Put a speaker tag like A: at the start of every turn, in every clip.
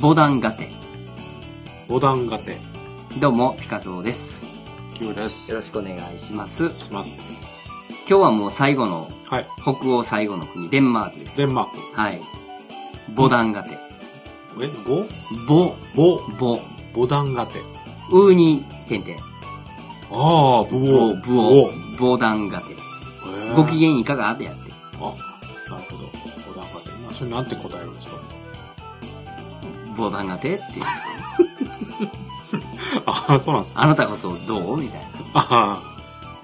A: ボダンガテ。
B: ボダンガテ。
A: どうも、ピカゾーです。
B: キムです。
A: よろしくお願いします。
B: します。
A: 今日はもう最後の、
B: はい。
A: 北欧最後の国、デンマークです。
B: デンマー
A: はい。ボダンガテ。
B: ク。え、ボ
A: ボ、
B: ボ、
A: ボ、
B: ボダンガテ。
A: ウーに、てんてん。
B: ああ、ブ
A: ボ、
B: オ。
A: ブ
B: へ
A: オ、ボダンガテ。
B: え
A: ご機嫌いかがってやって。
B: あ、なるほど。ボダンガテ。まあそれなんて答えるんですか
A: ボダンガテって。
B: ああ、そうなんですか。
A: あなたこそどうみたいな。
B: あ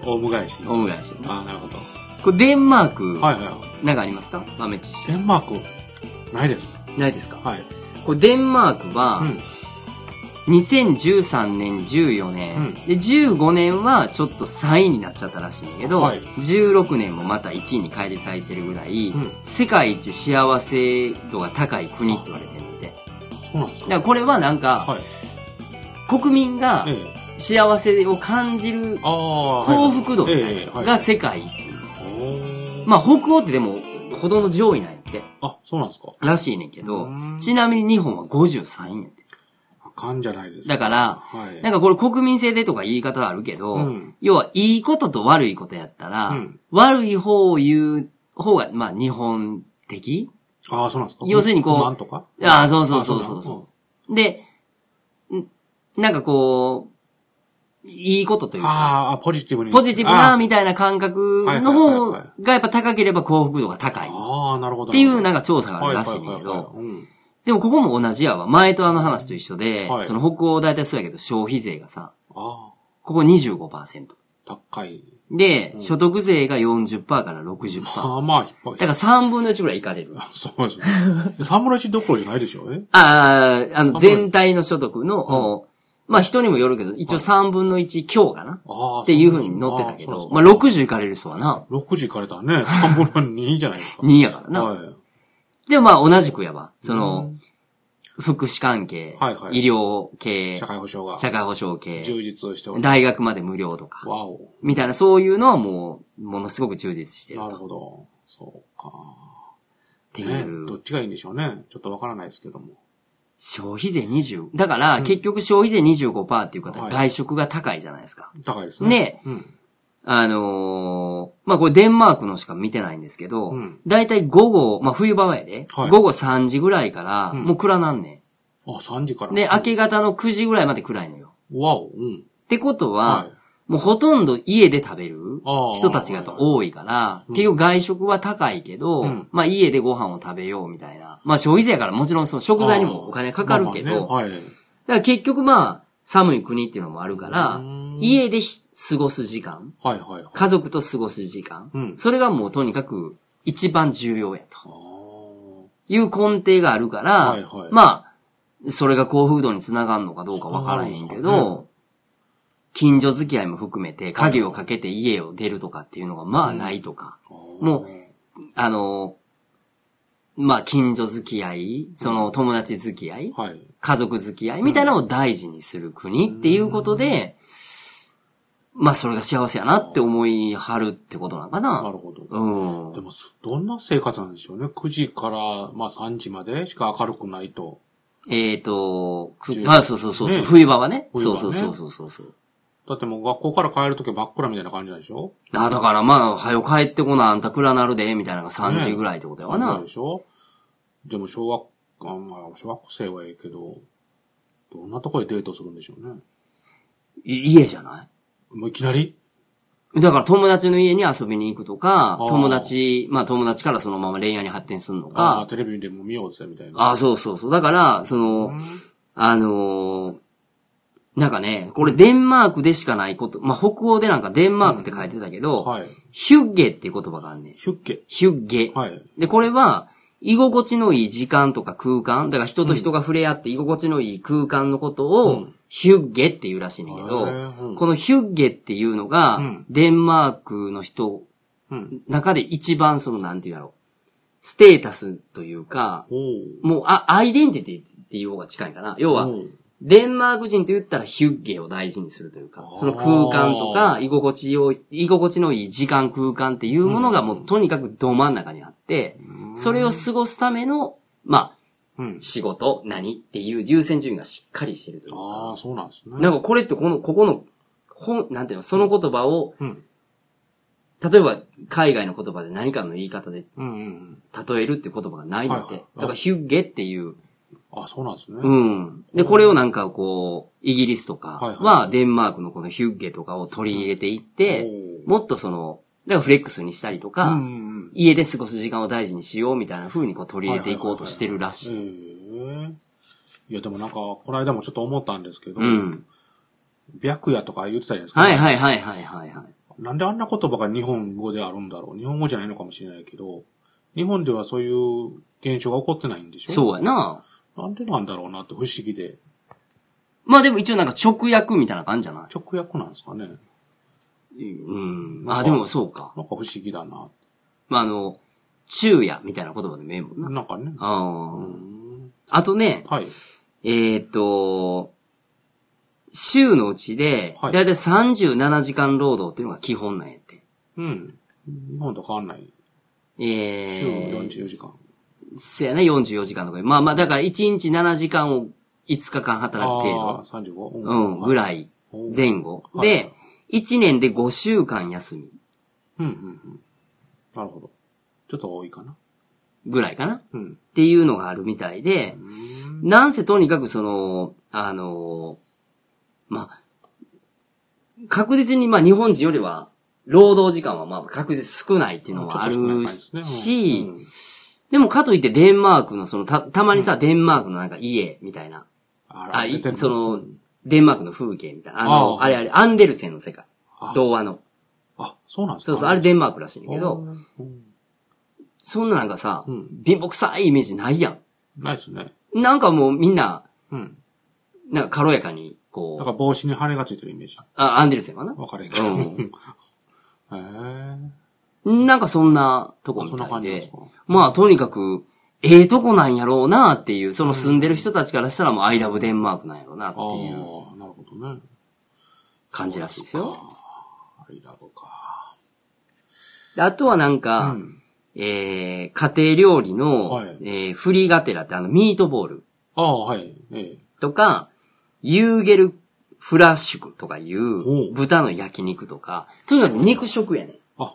B: あ、オウム返し。
A: オウム返し。
B: ああ、なるほど。
A: これデンマーク、
B: はいは
A: なんかありますか豆知
B: い。
A: 識。
B: デンマーク、ないです。
A: ないですか
B: はい。
A: これデンマークは、
B: うん。
A: 2013年、14年、
B: うん
A: で、15年はちょっと3位になっちゃったらしいんだけど、
B: はい
A: 16年もまた1位に返り咲いてるぐらい、
B: うん
A: 世界一幸せ度が高い国って言われてるんで。
B: そうなんです
A: だから
B: か。
A: これはなんか、
B: はい。
A: 国民が
B: ええ。
A: 幸せを感じる
B: ああ。はい
A: 幸福度みた
B: え
A: い
B: え
A: な
B: は
A: の
B: い。
A: が世界一。
B: おー
A: まあ北欧ってでも、ほとんど上位なんやって。
B: あ、そうなんですから
A: しいねんけど
B: う、ん
A: ちなみに日本は53位やって。
B: あかんじゃないです
A: だから、
B: はい。
A: なんかこれ国民性でとか言い方あるけど、
B: うん
A: 要はいいことと悪いことやったら、
B: うん
A: 悪い方を言う方が、まあ日本的
B: ああ、そうなんですか。
A: 要するにこう
B: なんとか
A: ああ、そうそうそうそう
B: あ
A: そうで、んなんかこう、いいことというか、
B: あーあ、ポジティブに。
A: ポジティブな、
B: あー
A: みたいな感覚
B: はいは
A: の
B: いはい
A: 方
B: はい
A: がやっぱ高ければ幸福度が高い。っ
B: あー、なるほど。
A: ていうなん
B: か、
A: か調査があるらしいんだけ
B: はいはい
A: ど、
B: はいはいうん
A: でもここも同じやわ。前とあの話と一緒で、
B: はい
A: その北欧大体そうやけど消費税がさ、
B: あ
A: ここ25%。
B: あ、高い。
A: で、所得税が40%から60%。
B: まあまあ、引っ張
A: だから3分の1ぐらいいかれる。
B: そうですね。侍一どころじゃないでしょうね。
A: ああ、あの、
B: あ
A: 全体の所得の、おまあ人にもよるけど、一応3分の1強かな。
B: ああ。
A: っていうふうに載ってたけ
B: あー
A: ど、
B: そう
A: まあ60いかれる人はな、
B: なんですか6時行かれたらね、3分の2じゃないですか。
A: 2やからな。
B: はい。
A: でもまあ同じくやば。その、福祉関係
B: はい、はい
A: 医療系
B: 社、会保障が
A: 社会保障系、
B: 充実しておりま
A: 大学まで無料と
B: す。
A: か、
B: わお。
A: みたいなそういうのはもう、ものすごく充実してる
B: なる
A: と。っ
B: ほど。そうか。
A: て
B: ね
A: い、う。
B: どっちがいいんでしょうね。ちょっとわからないですけども。
A: 消費税20。だから、結局消費税25%っていう方は
B: はい
A: 外食が高いじゃないですか。
B: 高いですね。
A: ね
B: うん。
A: あのーまあ、これデンマークのしか見てないんですけど、
B: うん
A: だいたい午後、まあ、冬場やで、
B: はい
A: 午後3時ぐらいから、
B: ん
A: もう暗なんね
B: あ、3時から。
A: ん。で、明け方の9時ぐらいまで暗いのよ。
B: わお。うん。
A: ってことは、
B: はい
A: もうほとんど家で食べる
B: あー
A: 人たちがやっぱ多いから、結局外食は高いけど、
B: うん
A: まあ家でご飯を食べようみたいな。まあ消費税やからもちろんその食材にもお金かかるけど、
B: あーまあまあねはい。
A: だから結局まあ、寒い国っていうのもあるから
B: うー、ん
A: 家でひ過ごす時間、
B: はいはいはい。
A: 家族と過ごす時間、
B: うん
A: それがもうとにかく一番重要や
B: あ
A: と
B: ー
A: いう根底があるから、
B: はいはい
A: まあ、それが幸福度につながるのかどうかわからへんけ
B: つながるんです
A: ど、近所付き合いも含めて、鍵をかけて家を出るとかっていうのがまあないとか、もうあの、まあ近所付き合い、その友達付き合い、
B: はい。
A: 家族付き合いみたいなのを大事にする国っていうことで、まあそれが幸せやなって思いはるってことなんか
B: な
A: な。
B: るほど。
A: うん
B: で。も、そどんな生活なんでしょうね。9時から、まあ3時までしか明るくないと。
A: えっ、と、く
B: 十
A: あ、そうそうそうそう、
B: ね
A: 冬場はね。そ
B: 冬場
A: う
B: ね
A: そうそうそうそうそう。
B: だってもう学校から帰るときは真っ暗みたいな感じなんでしょ
A: あだからまあ、はよ帰ってこな、あんた暗なるで、みたいなのが3時
B: ね
A: ぐらいってことやわな。
B: そうでしょでも小学、あまあ小学生はええけど、どんなとこでデートするんでしょうね。
A: い家じゃない
B: もういきなり
A: だから友達の家に遊びに行くとか
B: あ、ー
A: 友達、まあ友達からそのまま恋愛に発展するの
B: ああ
A: か
B: ー、、テレビでも見ようぜ、みたいな。
A: ああ、そうそうそう。だから、その、あのーなんかね、これデンマークでしかないこと、まあ、北欧でなんかデンマークって書いてたけど、
B: はい。
A: ヒュッゲっていう言葉があんねん。
B: ヒュッケ。
A: ヒュッゲ。
B: はい。
A: で、これは、居心地のいい時間とか空間、だから人と人が触れ合って居心地のいい空間のこと
B: う
A: を
B: ん、
A: ヒュッゲっていうらしいねんだけ
B: へ
A: ど、
B: ーうん
A: このヒュッゲっていうのが、
B: うん
A: デンマークの人、
B: うん。
A: 中で一番その、なんていうやろステータスというか、
B: おー
A: もう、あ、アイデンティティっていう方が近いかな。要は、
B: うん
A: デンマーク人と言ったらヒュッゲを大事にするというか
B: あ、ー
A: その空間とか、居心地を、居心地のいい時間空間っていうものがもうとにかくど真ん中にあって、それを過ごすための、まあ、
B: うん
A: 仕事、何っていう優先順位がしっかりしてるという
B: ああ、
A: か。
B: そうなんですね。
A: なんかこれってこの、ここの、本、なんていうの、その言葉を、
B: うん。
A: 例えば海外の言葉で何かの言い方で
B: うんうんうん。
A: 例えるって言葉がないので、
B: はいはい
A: だからヒュッゲっていう、
B: あそうなんですね。
A: うん。で、これをなんかこう、イギリスとか
B: はいはい
A: はデンマークのこのヒュッゲとかを取り入れていって、
B: おー
A: もっとその、だからフレックスにしたりとか、
B: うんうんうん。
A: 家で過ごす時間を大事にしようみたいな風にこう取り入れていこうとしてるらしい。
B: ええいや、でもなんか、この間もちょっと思ったんですけど、
A: うん。
B: 白夜とか言ってたじゃないですか。
A: はいはいはいはいはいはい。
B: なんであんな言葉が日本語であるんだろう日本語じゃないのかもしれないけど、日本ではそういう現象が起こってないんでしょ
A: そうやな。
B: う。なんでなんだろうなって不思議で。
A: まあでも一応なんか直訳みたいな感じじゃない
B: 直訳なんですかねなんか
A: うん。まあでもそうか。
B: 不思議だな。
A: まああの、昼夜みたいな言葉でもええもんな。
B: なんかね。
A: あ
B: う
A: ー
B: ん
A: あとね、
B: はい。
A: えーっと、週のうちで、
B: は
A: だ
B: い
A: いたい37時間労働っていうのが基本なんやって。
B: うん。日本と変わんない。
A: え
B: 週
A: ー、
B: 44時間。
A: そうやね、44時間とか。まあまあ、だから1日7時間を5日間働く
B: ああ
A: 程
B: ー、35?
A: 度。うん、ぐ
B: い。
A: らい
B: おー
A: 前後。
B: はい
A: で、1年で5週間休み
B: うんうんうん。なるほど。ちょっと多いかな。
A: ぐらいかなっ
B: うん。
A: ていうのがあるみたいで、
B: うん
A: なんせとにかくその、あの、まあ、確実にまあ日本人よりは、労働時間はまあ確実少ないっていうのはあ
B: ちょっと少ない
A: る
B: 感じですね
A: し
B: うん、
A: でもかといってデンマークのその、た、たまにさ、デンマークのなんか家みたいな、
B: あ
A: あ、い
B: 出てる
A: その、デンマークの風景みたいな、あの、
B: あー
A: あれあれ、アンデルセンの世界
B: あ、
A: 童話の。
B: あ、そうなんですか
A: そうそう、あれデンマークらしいんだけ
B: う
A: ど、
B: んうん
A: そんななんかさ
B: うん、
A: 貧乏臭いイメージないや
B: ないですね。
A: ん。なんかもうみんな、
B: うん。
A: なんか軽やかに、こ
B: なん
A: う、
B: か帽子に羽がついてるイメージ。
A: あ、アンデルセンはな。
B: わかるけど。
A: う
B: へ
A: ん
B: え。
A: なんかそんなとこみ
B: そんな
A: たい
B: 感じなんです
A: で
B: か。
A: まあとにかく、ええとこなんやろうなっていう、その住んでる人たちからしたらもう I love デンマークなんやろうなって
B: ああ
A: いう
B: ー、なるほどね。
A: 感じらしいですよ。
B: アイラブか。
A: であとはなん
B: う
A: か、
B: ん。
A: えー、家庭料理の、
B: はい
A: えー、フリーガテラってあのミートボール
B: ああ、はい。ええ。
A: とか、ユーゲルフラッシュクとかい
B: おう
A: う豚の焼肉とか、とにかく肉食やねん。
B: あ、は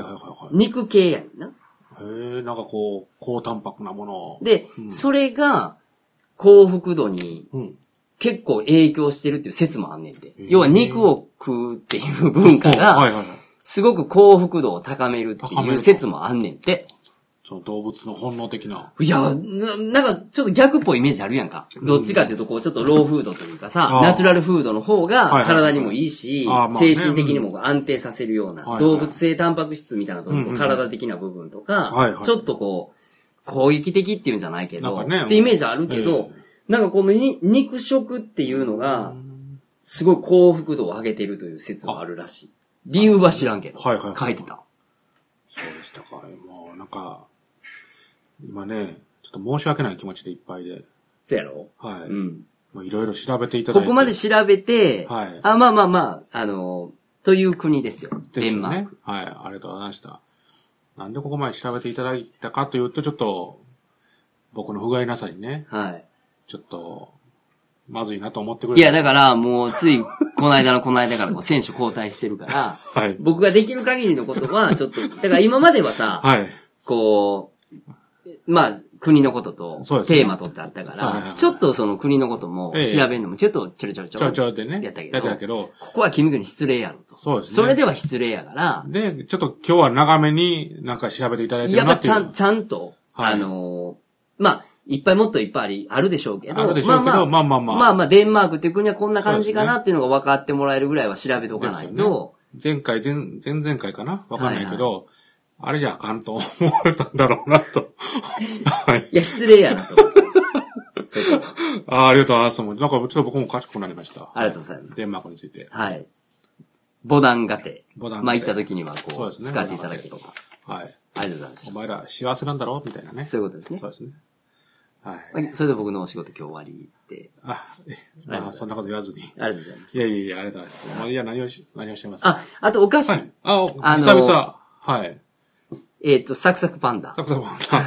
B: いはいはい
A: 肉系やねんな。
B: はい。へえ、なんかこう、高タンパクなものを。
A: で、
B: うん
A: それが幸福度に
B: うん。
A: 結構影響してるっていう説もあんねんて。
B: ー
A: 要は肉を食うっていう文化
B: おはい
A: が、
B: はいはい。
A: すごく幸福度を高めるって
B: 高め
A: い
B: る
A: う
B: と
A: 説もあんねんて。
B: その動物の本能的な。
A: いや、ななんかちょっと逆っぽいイメージあるやんか。どっちかっていうと、こう、ちょっとローフードというか
B: あ
A: さ
B: ー、
A: ナチュラルフードの方
B: はいはい
A: が体にもいいし
B: あーまあ、
A: 精
B: ね
A: 神的にもこう安定させるよう
B: はいは
A: な、
B: い
A: 動物性タンパク質みたいなとこ
B: うんうんうん
A: 体的な部分と
B: はいは
A: か
B: い、
A: ちょっとこう、攻撃的っていうんじゃないけど、
B: なんかね
A: ってイメージあるけど
B: え、
A: なんかこのに肉食っていうのが、すごい幸福度を上げてるという説もあるらしい。理由は知らんけど、
B: はいはいはい
A: 書いてた。
B: そうでしたか。もうなんか、今ね、ちょっと申し訳ない気持ちでいっぱいで。
A: そうやろ
B: はい。
A: うん。
B: もういろいろ調べていただい
A: こ
B: て。
A: こまで調べて、
B: はい
A: あ、まあまあまあ、あの、という国ですよ。
B: です
A: デン
B: よ
A: マー
B: ね
A: ク。。
B: はい、ありがとうございました。なんでここまで調べていただいたかというと、ちょっと、僕の不甲斐なさにね、
A: はい。
B: ちょっと、まずいなと思ってくれ
A: い
B: た
A: や、だから、もう、つい、この間のこの間から、こう、選手交代してるから、
B: はい。
A: 僕ができる限りのことは、ちょっと、だから今まではさ、
B: はい。
A: こう、まあ、国のことと
B: そうで、すね
A: テーマとってあったか
B: そうはいはいは
A: ら、
B: い
A: ちょっとその国のことも
B: ええ
A: 調べるのも、ちょっとちょろちょろちょ
B: ちょ
A: ろ。
B: ちょでね、
A: やったけ
B: やった
A: ど
B: け、ど、
A: ここは君君失礼やろと。
B: そうですね
A: それでは失礼やから、
B: で、ちょっと今日は長めになんか調べていただいて
A: や
B: る
A: っ
B: な
A: ぱ
B: っ
A: ち
B: ていう。
A: ゃん、ちゃんと、
B: はい
A: あのーまあ、いっぱいもっといっぱいあり、あるでしょうけど。
B: あるでしょうけど
A: まあまあ、
B: まあまあまあ
A: まあまあデンマークっていう国はこんな感じか
B: そうです
A: なっていうのが分かってもらえるぐらいは調べておか
B: で
A: な
B: す
A: い
B: よね
A: と。
B: 前回、前、前々回かなわかんないけど、あれじゃあかんと思われたんだろうなと。 はい。
A: いや、失礼やなと。そういうこと
B: あーありがとうございます。なんかちょっと僕も賢くなりました。
A: ありがとうございます。
B: デンマークについて。
A: はい。ボダンガテ。
B: ボダンガテ
A: まあ、行った時には
B: そう
A: こう、
B: ですね
A: 使っていただければ。
B: は
A: あ
B: い。
A: りがとうございまし
B: お
A: た。
B: 前ら幸せなんだろうみたいなね。
A: そういうことですね
B: そう。ですね。はい。
A: まあそれで僕のお仕事今日終わりで。
B: あ、えまあ、そんなこと言わず に。
A: ありがとうございま
B: い
A: す。
B: やいやいや、ありがとうございます。まあいや、何をし、何をしてます
A: あ、あとお菓子。
B: はい。あ、お
A: あの
B: 久々。はい。
A: えっ、と、サクサクパンダ
B: サ。クサクパンダ。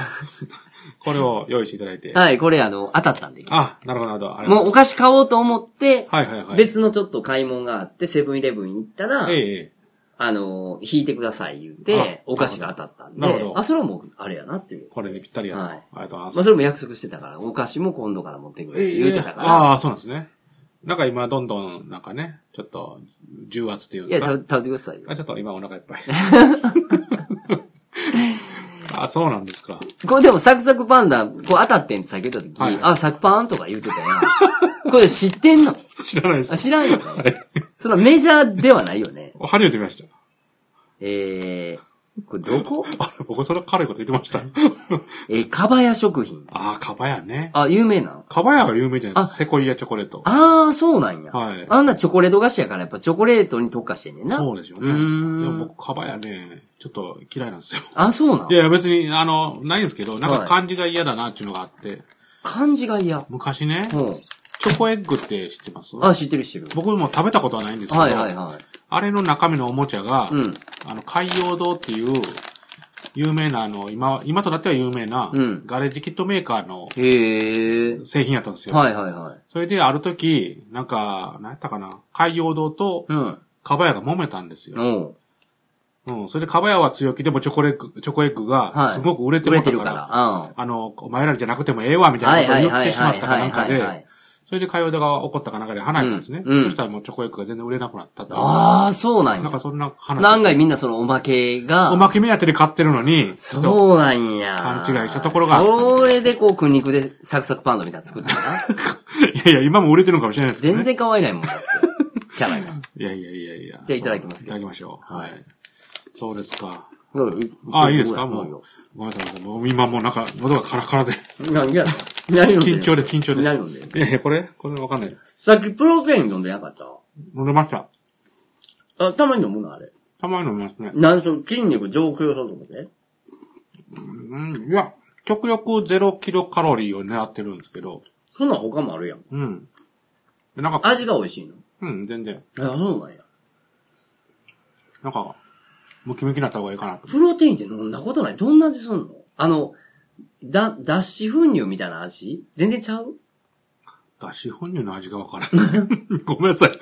B: これを用意していただいて。
A: はい、これあの、当たったんで。
B: あ、なるほど、なるほど。ありがと
A: もうお
B: ござい
A: 菓子買おうと思って、
B: ますはいはいはい。
A: 別のちょっと買い物があって、セブンイレブン行ったら、
B: ええ。
A: あの、引いてください言うて
B: あ、
A: お菓子が当たったん
B: なるほ
A: で、
B: ど
A: あ、それはもう、あれやなっていう。
B: これにぴったりやと。
A: はい
B: ありがとうご
A: まあ、
B: ざい
A: そ
B: ます。
A: れも約束してたから、お菓子も今度から持ってくるって言ってたから、
B: ああ、そうなんですね。なんか今、どんどん、なんかね、ちょっと、重圧っていうん
A: い
B: です
A: や、
B: か。
A: 食べ食べてくださいよ。
B: あ、ちょっと今お腹いっ ぱい。あ、そうなんですか。
A: これでもサクサクパンダ、こう当たってんって先言った時
B: はい
A: に、あ、サクパンとか言うてたよな。これ知ってんの
B: 知らないで
A: あ
B: す。
A: 知らんよね。それはメジャーではないよね。
B: 初めて見ました。
A: えー、これどこ
B: あれ、僕それ軽いこと言ってま した。
A: えー、かばや食品。
B: ああ、かばやね。
A: あ、有名なの
B: かばやは有名じゃない
A: あ
B: ですか。セコイアチョコレート。
A: あー、そうなんや。
B: はい
A: あんなチョコレート菓子やから、やっぱチョコレートに特化してんねんな。
B: そうですよね。
A: うー
B: で
A: ん
B: も僕、かばやね、ちょっと嫌いなんですよ。
A: あ、そうなん
B: いやいや、別に、あの、ないんですけど、なん
A: は
B: か
A: い
B: 漢字が嫌だなっていうのがあって、
A: 漢字が嫌。
B: 昔ね、
A: うん。
B: チョコエッグって知ってます
A: あ、知ってる知ってる。
B: 僕も食べたことはないんですけど、
A: はいはいはい。
B: あれの中身のおもちゃが、
A: うん
B: あの、海洋堂っていう、有名な、あの、今、今となっては有名な、
A: うん
B: ガレージキットメーカーの
A: へえ。
B: 製品やったんですよ。
A: はいはいはい。
B: それで、ある時、なんか、何やったかな、海洋堂と、
A: うん。
B: かばやが揉めたんですよ。
A: おう
B: うん。それで、かばやは強気でもチョコレッグ、チョコエッグ
A: は
B: が、
A: い。
B: すごく売れて
A: 売れ
B: もら
A: て
B: た
A: る
B: か、
A: からら。うん。
B: あの、お前らじゃなくてもええわ、みたいなことを言ってしまったかなんかで、それで海洋堂が怒ったかなんかで離れたんですね。
A: うんうん
B: そしたらもうチョコエッグが全然売れなくなったと。
A: ああ、そうなん
B: なん
A: や
B: か。そんな話。
A: 案外みんなそのおまけが
B: お、まけ目当てで買ってるのに、う。
A: そうなんや。
B: 勘違いしたところがあったんだ
A: それでこう、苦肉でサクサクパンダみたいなの作ったんや な。
B: いやいや、今も売れてるのかもしれないですけど
A: 全
B: ね。
A: 然可愛いないもんだって。キャラが。
B: いやいやいやいや。
A: じゃあいただきます
B: いただきましょう。はい。そうですか。
A: うん
B: あ、いいですかもう。。ごめんなさい。もう今もうなんか、喉がカラ カラで。
A: 何 や何飲んでん
B: 緊
A: の
B: 張で緊張で。
A: 何飲んでんの
B: いやいや、これこれわかんない。
A: さっきプロテイン飲んでなかった
B: 飲んでました。
A: あ、たまに飲むのあれ。
B: たまに飲みますね。
A: なんその筋肉上空そうと思って。
B: うん、いや、極力ゼロキロカロリーを狙ってるんですけど。
A: そんなん他もあるやん。
B: うん。でなんか、
A: 味が美味しいの。
B: うん、全然。
A: あ、そうなんや。
B: なんか、ムキムキになった方がいいかなと。
A: プロテインって飲んだことない。どんな味すんのあの、だ、脱脂粉乳みたいな味全然ちゃう
B: だし粉乳の味がわからない。ごめんなさ い。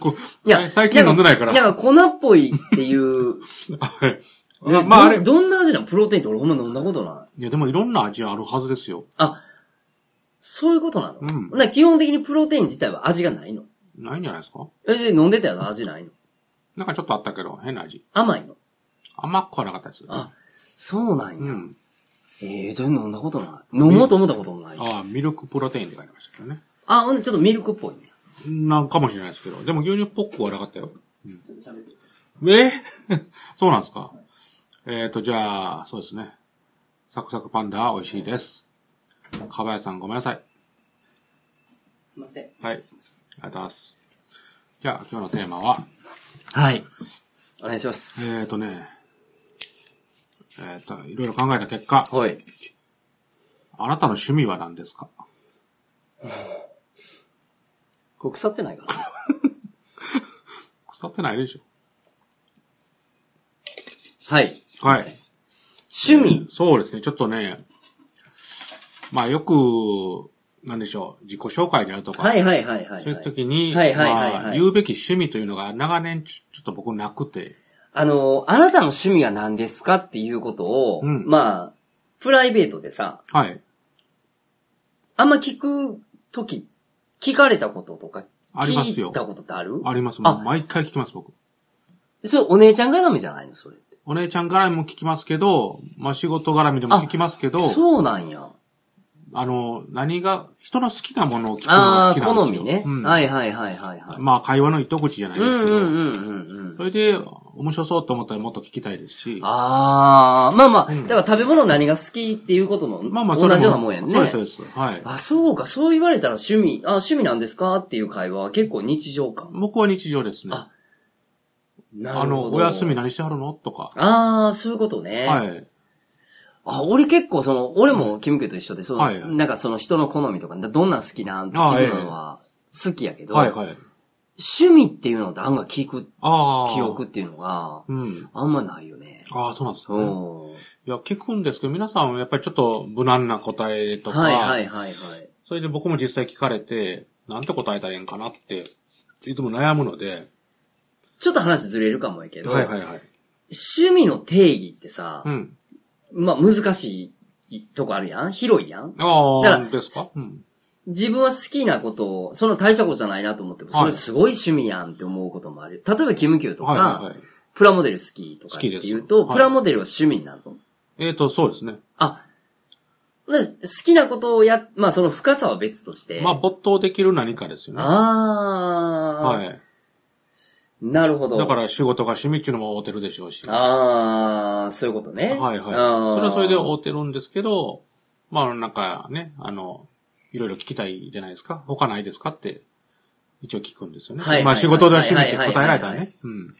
B: 僕
A: いや、
B: 最近飲んでないから。
A: なんか粉っぽいっていう。
B: はい。
A: ね
B: まああれ、
A: ど
B: い
A: どんな味なのプロテインって俺ほんま飲んだことない。
B: やでもいろんな味あるはずですよ。
A: あ、そういうことなの、
B: うん
A: な基本的にプロテイン自体は味がないの。
B: ないんじゃないですか
A: え、で、飲んでたやつ味ないの
B: なんかちょっとあったけど、変な味。
A: 甘いの
B: 甘くはなかったです。
A: あ、そうなん
B: う
A: や。
B: ん。
A: ええー、でも飲んだことない。飲もうと思ったこともないし。
B: ああ、ミルクプロテインって書いてましたけどね。
A: あ、ほんでちょっとミルクっぽいね。
B: なんかもしれないですけど。でも牛乳っぽくはなかったよ。うん、え そうなんですか。えっ、ー、と、じゃあ、そうですね。サクサクパンダ美味しいです。かばやさんごめんなさい。
A: すいません。
B: はい。ありがとうございます。じゃあ、今日のテーマは、
A: はい。お願いしま
B: え
A: す。
B: ーとね、えっ、ー、と、いろいろ考えた結果、
A: はい。
B: あなたの趣味は何ですか
A: これ腐って ないかな。
B: 腐ってないでし
A: はい。
B: ょはい。
A: 趣味。
B: そうですね、ちょっとね、まあよく、なんでしょう、自己紹介であるとか、
A: はいはいはいはい、
B: そうい
A: は
B: う
A: い。
B: 時に、
A: はいはいはいはい
B: まあ言うべき趣味というのが長年ちょちょっと僕なくて、
A: あの、あなたの趣味が何ですかっていうことを、
B: うん
A: まあ、プライベートでさ、
B: はい。
A: あんま聞くとき、聞かれたこととか、
B: あります
A: 聞
B: よ
A: いたことってある
B: あります。
A: あ
B: もう毎回聞きます、僕。
A: それお姉ちゃん絡みじゃないのそれって。
B: お姉ちゃん絡みも聞きますけど、まあ仕事絡みでも聞きますけど、
A: そうなんや。
B: あの、何が、人の好きなものを聞くのが
A: あ
B: 好
A: あ、
B: きなんですよ。
A: 好みね、
B: うん
A: はいはいはいはいはい。
B: まあ会話の糸口じゃないですけど、
A: うんうんうんうんうん。
B: それで、面白そうと思ったらもっと聞きたいですし、
A: ああ、まあまあ、だから食べ物何が好きっていうことも、
B: まあまあそ
A: 同
B: れ
A: じようなもんやんね。
B: そうです、そうです。はい。
A: あ、そうか、そう言われたら趣味、あ、趣味なんですかっていう会話は結構日常感。
B: 僕は日常ですね。
A: あな
B: あの、お休み
A: な。
B: 何してはるのとか。
A: ああ、そういうことね。
B: はい。
A: あ、俺結構その、俺もキムケと一緒で、その、
B: はいはい
A: なんかその人の好みとか、どんなん好きなんって聞くのは好きやけど、
B: はいはい。
A: 趣味っていうのって案外聞く
B: ああ。
A: 記憶。っていうのが、
B: うん。
A: あんまないよね。
B: ああ、そうなんですね。
A: おー
B: いや、聞くんですけど、皆さんはやっぱりちょっと無難な答えとか、
A: はいはいはいはい。
B: それで僕も実際聞かれて、なんて答えたらいいんかなって、いつも悩むので、
A: ちょっと話ずれるかもやけど、
B: はいはいはい。
A: 趣味の定義ってさ
B: う、ん。
A: まあ難しいとこあるやん広いやん
B: あ
A: だか
B: あ、
A: ら
B: ですかうん。
A: 自分は好きなことを、そんな大したことじゃないなと思っても、
B: はい
A: それすごい趣味やんって思うこともある。例えば、キムキューとか、
B: はいはいはい。
A: プラモデル好きとかって言うと、
B: 好きですはい
A: プラモデルは趣味になるの。
B: えっ、と、そうですね。
A: あ、で好きなことをや、まあその深さは別として。
B: まあ、没頭できる何かですよね。
A: あー、
B: はい。
A: なるほど。
B: だから仕事が趣味っていうのも合うてるでしょうし。は
A: あー、そういうことね。
B: いはい。それ
A: あー
B: はそれで合うてるんですけど、まあなんかね、あの、いろいろ聞きたいじゃないですか。他ないですかって、一応聞くんですよね。
A: はいはい
B: まあ仕事で趣味って答えられた
A: はいはいはい
B: ら
A: はい
B: ね。うん。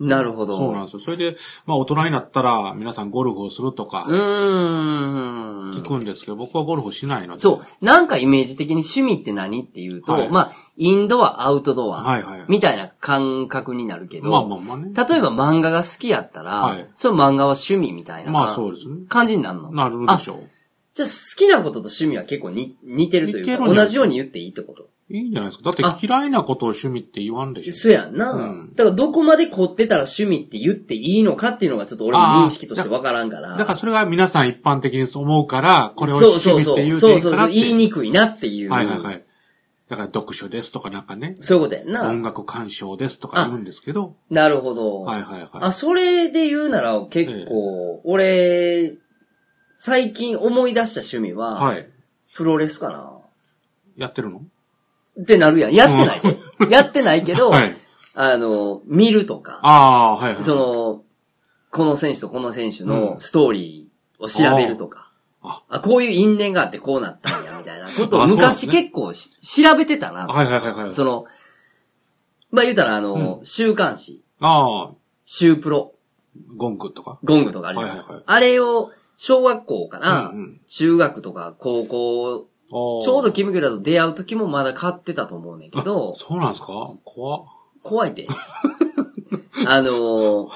A: なるほど。
B: そうなんですよ。それで、まあ大人になったら皆さんゴルフをするとか
A: うーん。
B: 聞くんですけど、僕はゴルフしないので。
A: そう。なんかイメージ的に趣味って何っていうと、
B: はい
A: まあ、インドア、アウトドア、
B: はいはい
A: みたいな感覚になるけど、
B: まあまあまあね。
A: 例えば漫画が好きやったら、
B: はい
A: その漫画は趣味みたいな
B: まあそうですね。
A: 感じになるの。
B: なるでし
A: あ
B: ょう。
A: じゃあ好きなことと趣味は結構に似てるという
B: 似て
A: か、
B: るんじゃない
A: 同じように言っていいってこと。
B: いいんじゃないですか。だって嫌いなことを趣味って言わんでしょ。
A: そうやんな、
B: うん
A: だからどこまで凝ってたら趣味って言っていいのかっていうのがちょっと俺も認識としてわからんから。
B: だからそれが皆さん一般的にそう思うから、これを
A: そう
B: 趣
A: そう
B: 味っ
A: そう。
B: て言うて
A: そ
B: いういか
A: そう
B: な
A: そ
B: っ
A: う。
B: て。
A: 言いにくいなっていう。
B: はいはいはい。だから読書ですとかなんかね、
A: そういうことやんな。
B: 音楽鑑賞ですとか言うんですけど、
A: なるほど。
B: はいはいはい
A: あ、それで言うなら結構、俺、最近思い出した趣味は、
B: はい。
A: プロレスかな。
B: やってるの
A: ってなるやん。やってないで。 やってないけど、
B: はい。
A: あの、見るとか、
B: ああー、はいはい。
A: その、この選手とこの選手のストーリーを調べるとか、
B: あ
A: あこういう因縁があってこうなったんや、みたいなことを
B: あそうなんで
A: 昔
B: すね
A: 結構し調べてたな。
B: はいはいはいはい。
A: その、まあ、言うたらあの、週刊誌、
B: ああ、
A: 週プロ。
B: ゴングとか。
A: ゴングとかあるじゃないですか。
B: はい
A: あれを、小学校から
B: うんうん、
A: 中学とか高校、
B: ちょ
A: ちょうどキムキュラと出会う時もまだ買ってたと思うねんけど、
B: そうなんですか怖っ
A: 怖 いで。あのー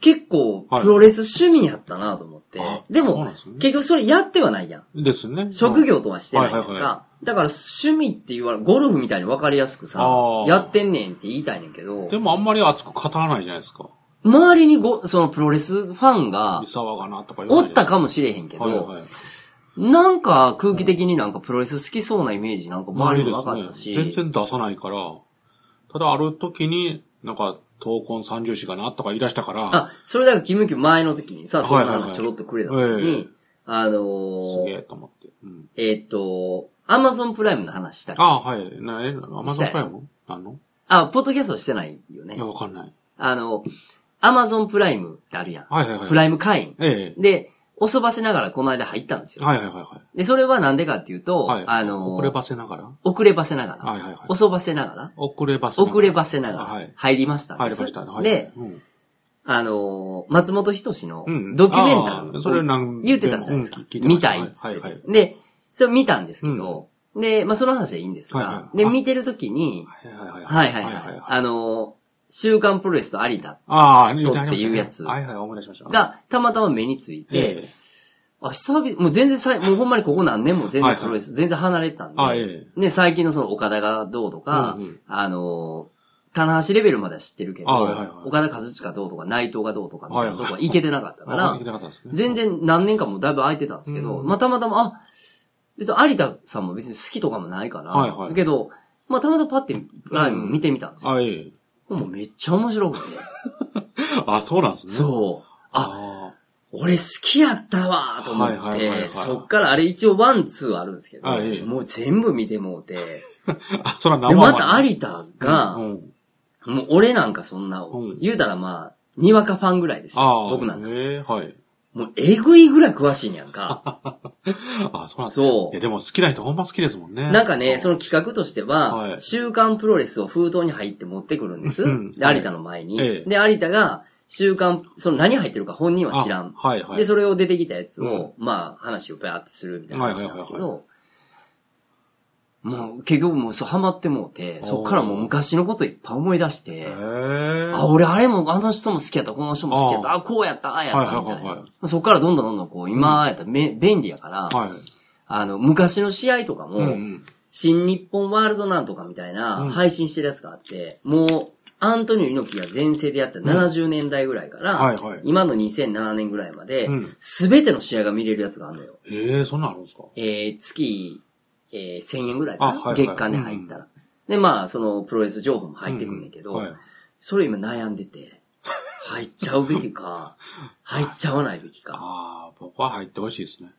A: 結構、
B: はい
A: プロレス趣味やったなと思って。
B: あ
A: で
B: そう
A: も、
B: なんですね
A: 結局それやってはないやん。
B: ですね。
A: 職業とはしてないやんか。
B: はいはいは
A: だから趣味って言われ、ゴルフみたいに分かりやすくさ
B: あ、ー
A: やってんねんって言いたいねんけど
B: で、もあんまり熱く語らないじゃないですか。
A: 周りにご、そのプロレスファンが
B: 三、沢がなとか言わ
A: お
B: ない
A: っ
B: じゃ
A: た
B: ない
A: かもしれへんけ
B: です
A: ど、
B: か。はいはい。
A: なんか空気的になんかプロレス好きそうなイメージなんか周りにもなか
B: ない
A: っ
B: で
A: た
B: す
A: し。
B: ね。全然出さないから、ただある時に、なんか、闘魂三重士がなとか言い出したから、
A: あ、それだからキムキム前の時にさ、そんな話ちょろっとくれた時に、
B: はいはいはい
A: あの
B: すげ
A: ー、
B: えと思って。うん。
A: えーっ、と、アマゾンプライムの話したっけ
B: ああ、はい。な、え、アマゾンプライムなの
A: あ、ポッドキャストしてないよね
B: いや、。わかんない。
A: あの、アマゾンプライムってあるやん。
B: はいはいはい。
A: プライム会員。
B: え
A: で、おそばせながらこの間入ったんです
B: え。
A: よ。
B: はいはいはいはい。
A: で、それはなんでかっていうと、
B: はい。
A: あのー
B: 遅ればせながら
A: 遅ればせながら、
B: はいはいはい
A: おそばせながら、
B: 遅ればせながら
A: 遅ればせなが
B: は
A: ら
B: い、
A: 入りましたん
B: 入
A: で
B: り
A: す。
B: ましたね。はい。
A: で、
B: うん、
A: あのー、松本人志の
B: うん
A: ドキュメンタリー
B: あーそれなん
A: 言ってたじゃないですか
B: うん聞い。てま
A: 見
B: した
A: た
B: ね
A: いっつって
B: はいはい
A: て。で、それ見たんですけど、で、まあその話はいいんです
B: はい
A: が
B: は、い
A: で、
B: あ
A: 見てるときに、
B: はいはい
A: はいはい
B: はい
A: はい
B: は。い。
A: あのー、週刊プロレスと有田
B: ああ、言
A: とっていうやつ
B: はいはい、思い出しました。、
A: がたまたま目につい
B: え
A: て、
B: え。
A: あ、久々、もう全然さい、もうほんまにここ何年も全
B: は
A: 然
B: いはい
A: プロレス全然離れてたん
B: あ
A: で、
B: ええ。
A: で、最近のその岡田がどうとか
B: うんうん、
A: あのー、棚橋レベルまでは知ってるけど
B: あはいはいはい、
A: 岡田和親どうとか内藤がどうとかみたいなとこは行けてなかったか
B: あ
A: ら
B: 聞いて、なかったんですね。
A: 全然何年間もだいぶ空いてたんですけど、
B: うん
A: まあたまたま、あ、別に有田さんも別に好きとかもないから、
B: はいはい
A: けど、まあたまたまパッてプライム見てみたんですよ。
B: あええ。
A: もうめっちゃ面白くて。
B: あ、そうなんですね。う。
A: そう。あ、
B: あ
A: 俺好きやったわと思って、
B: はいはいはいはい
A: そっからあれ一応ワン、ツーあるんですけど、
B: はい
A: もう全部見てもうて、
B: ーあ、そら
A: で、
B: 生
A: また有田が、
B: うん。
A: もう俺なんかそんな、
B: うん
A: 言うたらまあ、にわかファンぐらいです
B: ああ。
A: よ。僕なんか。
B: ええ、はい。
A: もうえぐいぐらい詳しいんやんか。
B: あ、そうなんですね
A: そう
B: いや、でも好きな人ほんま好きですもんね。
A: なんかね、その企画としては、
B: はい
A: 週刊プロレスを封筒に入って持ってくるんです。
B: うん
A: で、
B: はい
A: 有田の前に。
B: ええ
A: で、有田が、週刊、その何入ってるか本人は知らん。
B: あはいはい。
A: で、それを出てきたやつを、まあ、話をバーってするみたいな話なんですけど、
B: はいは
A: もう、結局もう、そう、ハマってもうて、そっからもう昔のこといっぱい思い出して、
B: え
A: あ、俺あれも、あの人も好きやった、この人も好きやった、
B: あ
A: あ、こうやった、ああやった、みた
B: はいいはいは
A: な。そっからどんどんどんどんこう、今やったらめ便利やから、
B: はい。
A: あの、昔の試合とかも、
B: うんうん。
A: 新日本ワールドなんとかみたいな
B: うん
A: 配信してるやつがあって、もう、アントニオ猪木が全盛でやった70年代ぐらいから、
B: はいはい
A: 今の2007年ぐらいまで
B: うん、
A: すべ、ての試合が見れるやつがあるのよ。
B: ええ、そんなんあるんですか
A: えー、月、えー、1000円ぐらいかな、
B: あはいはい
A: 月間で入ったら。で、まあ、その、プロレス情報も入ってくるんだけど、
B: うんはい
A: それ今悩んでて、入っちゃうべきか、 入っちゃわないべきか。
B: ああ、僕は入ってほしいですね。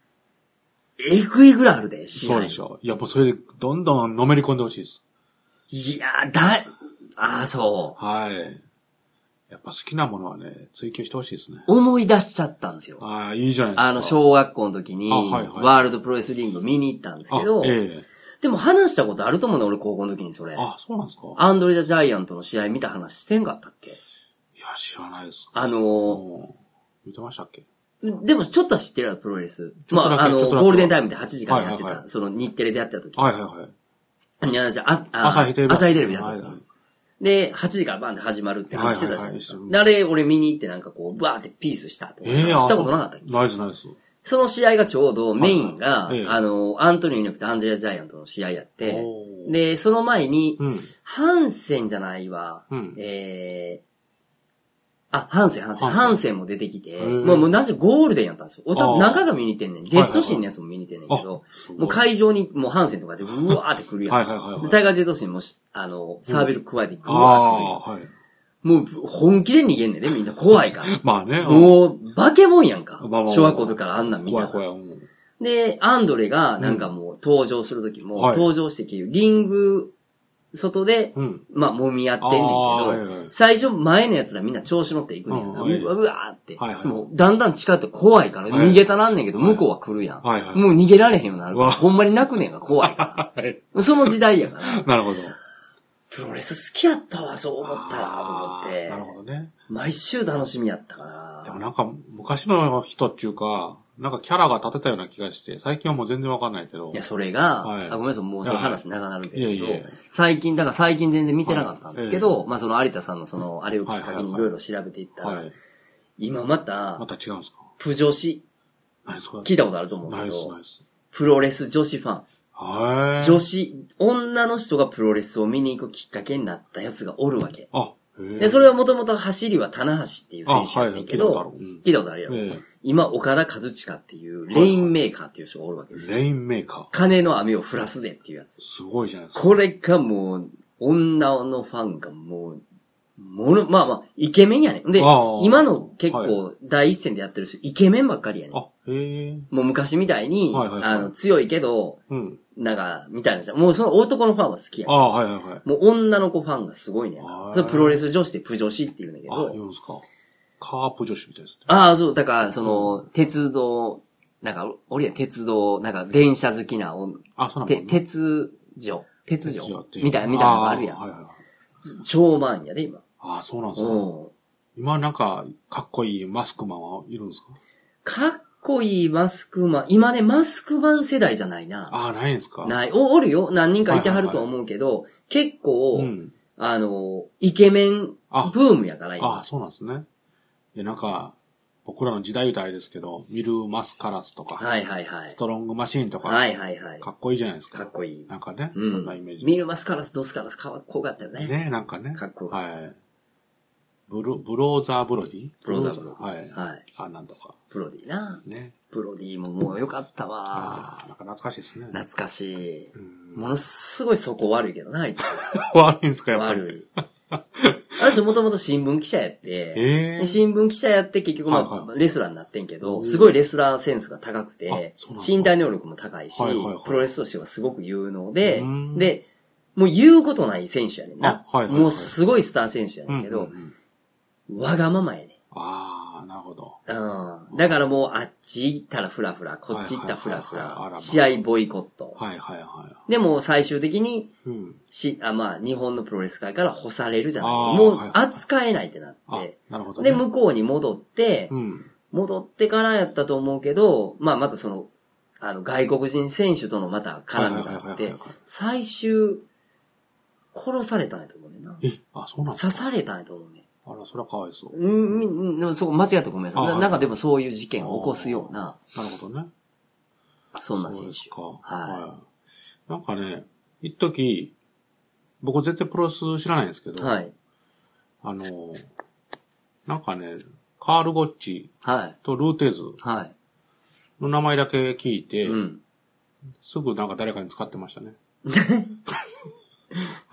A: えぐいぐらいあるで、試合。
B: そうでしょ。いや、もうそれで、どんどんのめり込んでほしいです。
A: いや、だ、ああ、そう。
B: はい。やっぱ好きなものはね、追求してほしいですね。
A: 思い出しちゃったんですよ。
B: ああ、いいじゃないですか。
A: あの、小学校の時に、
B: あはいはい
A: ワールドプロレスリング見に行ったんですけど
B: あ、ええ
A: でも話したことあると思うね、俺高校の時にそれ。
B: あ、そうなんですか
A: アンドレ・ザ・ジャイアントの試合見た話してんかったっけ
B: いや、知らないです。
A: あの
B: もう、見てましたっけ
A: ー、でもちょっとは知ってるわプロレス。
B: ちょ
A: ま
B: っとだけ
A: あ、あの、
B: ちょっとだけ
A: ゴールデンタイムで8時間やってた、
B: はいはいは
A: その日テレでやってた時。
B: はいはいはい。
A: いや、じゃあ、あ
B: 朝日テレビ。
A: 朝日テレビでやってた。
B: はいはい
A: で、8時からバンって始まるって話してたじゃないですか。
B: はいはい
A: であれ、俺見に行ってなんかこう、バーってピースしたと思って
B: ええあ
A: したことなかったっけ
B: そうないですないです。
A: その試合がちょうどメインが、
B: はいはいええ
A: あの、アントニオ猪木とアンジェリア・ジャイアントの試合やって
B: お、ー
A: で、その前に、
B: うん。
A: ハンセンじゃないわ、
B: うん
A: えー、あ、ハンセン、ハンセン、
B: ハンセン
A: ハンセンも出てきて、
B: ー
A: もう、もうなぜゴールデンやったんですよ。おた
B: あー
A: 中が見に行ってんねん。ジェットシーンのやつも見に行ってんねんけ
B: はいはい
A: ど
B: はいあす、ごい
A: もう会場にもうハンセンとかでうわーって来るやん。
B: はいはいはいはい
A: タイガージェットシーンもし、あの、サーベル加えてぐ
B: あ
A: わーって来る
B: あ、はい。
A: やん。もう本気で逃げんねんね、みんな怖い から。
B: まあね。
A: もう、化け物やんか
B: まあまあま。あ
A: 小学校とからあんなん見た
B: 怖
A: ら
B: い。怖い。うん
A: で、アンドレがなんかもう登場するときも、
B: はい
A: 登場してきて、リング、外で、
B: うん
A: まあ、揉み合ってんねんけど、
B: あーはいはい
A: 最初前のやつらみんな調子乗っていくねんな。
B: う
A: うん
B: はい
A: わうわーって。
B: はいはい
A: もうだんだん近寄って怖いから
B: はい
A: 逃げたなんねんけど、向こうは来るやん、
B: はいはい
A: もう逃げられへんようになるか
B: う
A: ら。
B: わ
A: ほんまに泣くねんが怖いか
B: はい。
A: ら。 その時代やから。
B: なるほど。
A: プロレス好きやったわ、そう思ったら、と思って。
B: なるほどね。
A: 毎週楽しみやったか
B: でも
A: ら。
B: なんか、昔の人っていうか、なんかキャラが立てたような気がして、最近はもう全然わかんないけど。
A: いや、それが、
B: はい
A: あごめんなさい、もうその話長なるけど、
B: いやいやいや
A: 最近、だから最近全然見てなかったんですけど、まあその有田さんのその、あれをきっかけ
B: はいはい
A: に
B: は
A: い
B: い
A: ろいろ調べていったら、
B: はい。
A: 今ま
B: ま
A: た、
B: た違うんですか
A: プ女子、
B: 何それ
A: 聞いたことあると思う
B: ナ
A: け
B: イス、
A: ど
B: ナイ、ス。
A: プロレス女子ファン、
B: は
A: 女
B: い。
A: 子、女の人がプロレスを見に行くきっかけになったやつがおるわけ。
B: あ、へえ。
A: で、それはもともと走りは棚橋っていう選手やねんけど、
B: あはいはい
A: 聞いたことあるやろ、
B: ええ
A: 今、岡田和親っていう、レインメーカーっていう人がおるわけですよ。
B: レインメーカー。
A: 金の雨を降らすぜっていうやつ。
B: すごいじゃないですか。
A: これがもう、女のファンがもう、もの、まあまあ、イケメンやねん。で
B: ああ、
A: 今の結
B: は
A: 構第一線でやってる人、イケメンばっかりやねん。
B: あ、へえ。
A: もう昔みたいに、
B: はいはいはい
A: あの、強いけど、
B: うん。
A: なんか、みたいな人。もうその男のファンは好きや
B: あ
A: ねん。
B: はいはいはい。
A: もう女の子ファンがすごいねん
B: あ。あ
A: それプロレス女子でプ女子って言うんだけ
B: あ、言
A: ど、
B: うんですか。カープ女子みたいですね。
A: ああ、そう、だから、その、鉄道、なんか、俺や鉄道、なんか電車好きな女、
B: あ、そうなん
A: て
B: だ。
A: 鉄女、鉄
B: 鉄
A: 女
B: ってう
A: みたいな、みたいなのがあるや
B: ーはい
A: ん。
B: はいはい。
A: 超満やで、今。
B: あそうなんですか。
A: うん。
B: 今なんか、かっこいいマスクマンはいるんですか
A: かっこいいマスクマン。今ね、マスクマン世代じゃないな。
B: ああ、ないんですか
A: ない。お、おるよ。何人かいてはるとは思うけど、結構、
B: うん。
A: あの、イケメン
B: あ
A: ブームやから、
B: あ
A: 今。
B: そうなんですね。いや、なんか、僕らの時代歌あれですけど、ミル・マスカラスとか、
A: はいはいは
B: ス
A: い。
B: トロングマシーンとか、
A: はいはいはい。か
B: かっこいいじゃないですか。
A: っこいい。
B: なんかね、
A: う
B: そ
A: ん
B: んなイメー。ジ。
A: 見るマスカラス、ドスカラス、かっこよかったよね。
B: ね、なんかね。
A: かっこいい
B: はい。ブロ、ブローザーブロディ
A: ブローザーブロディ
B: はい。
A: はい
B: あ、なんとか。
A: プロディな。
B: ね。
A: プロディももうよかったわ。
B: ああ、なんか懐かしいですね。
A: 懐かしい。ものすごいそこ悪いけどな、あいつ。
B: 悪いん ですか、やっぱり。
A: 悪い。あの人もともと新聞記者やって、
B: ええ
A: で新聞記者やって結局まあ、
B: はいは
A: レスラーになってんけど、すごいレスラーセンスが高く
B: あ
A: て
B: そうなん、だ
A: 身体能力も高いし、
B: はいはいはい
A: プロレスとしてはすごく有能で
B: うーん、
A: で、もう言うことない選手やねんな。
B: あはいはいはい
A: もうすごいスター選手やねんけど、
B: うんうんうん
A: わがままやねん。
B: ああ、なるほど。
A: うん。だからもうあっち行ったらフラフラ、こっち行ったらフラフ
B: はいはいはいはいあら
A: ラ
B: ま、あ
A: 試合ボイコット。
B: はいはいは
A: でも最終的に
B: い。うん。
A: し、あ、まあ、日本のプロレス界から干されるじゃない。
B: あー
A: もう
B: はい、はい
A: 扱えないってなって。
B: あ、なるほど、ね。
A: で、向こうに戻って、
B: うん。
A: 戻ってからやったと思うけど、まあ、またその、あの、外国人選手とのまた絡みがあっ
B: はいはいはいはい
A: て
B: はいはい、
A: 最終、殺されたんやと思うねんな。
B: え、あ、そうなんだ。
A: 刺されたんやと思うね。
B: あら、それはかわいそう。
A: うん、みんでもそう、間違ってごめんなさい
B: あ
A: な。
B: はい
A: なんかでもそういう事件を起こすような、
B: なるほどね。
A: そんな
B: そう
A: 選
B: です
A: 手。
B: か。
A: は
B: はい。なんかね、一時、僕絶対プロレス知らないんですけ
A: い。
B: ど、
A: はい。
B: あの、なんかね、カール・ゴッチ
A: はい。
B: とルーテーズ
A: は
B: の名前だけ聞いて、
A: い。うん。
B: すぐなんか誰かに使ってましたね。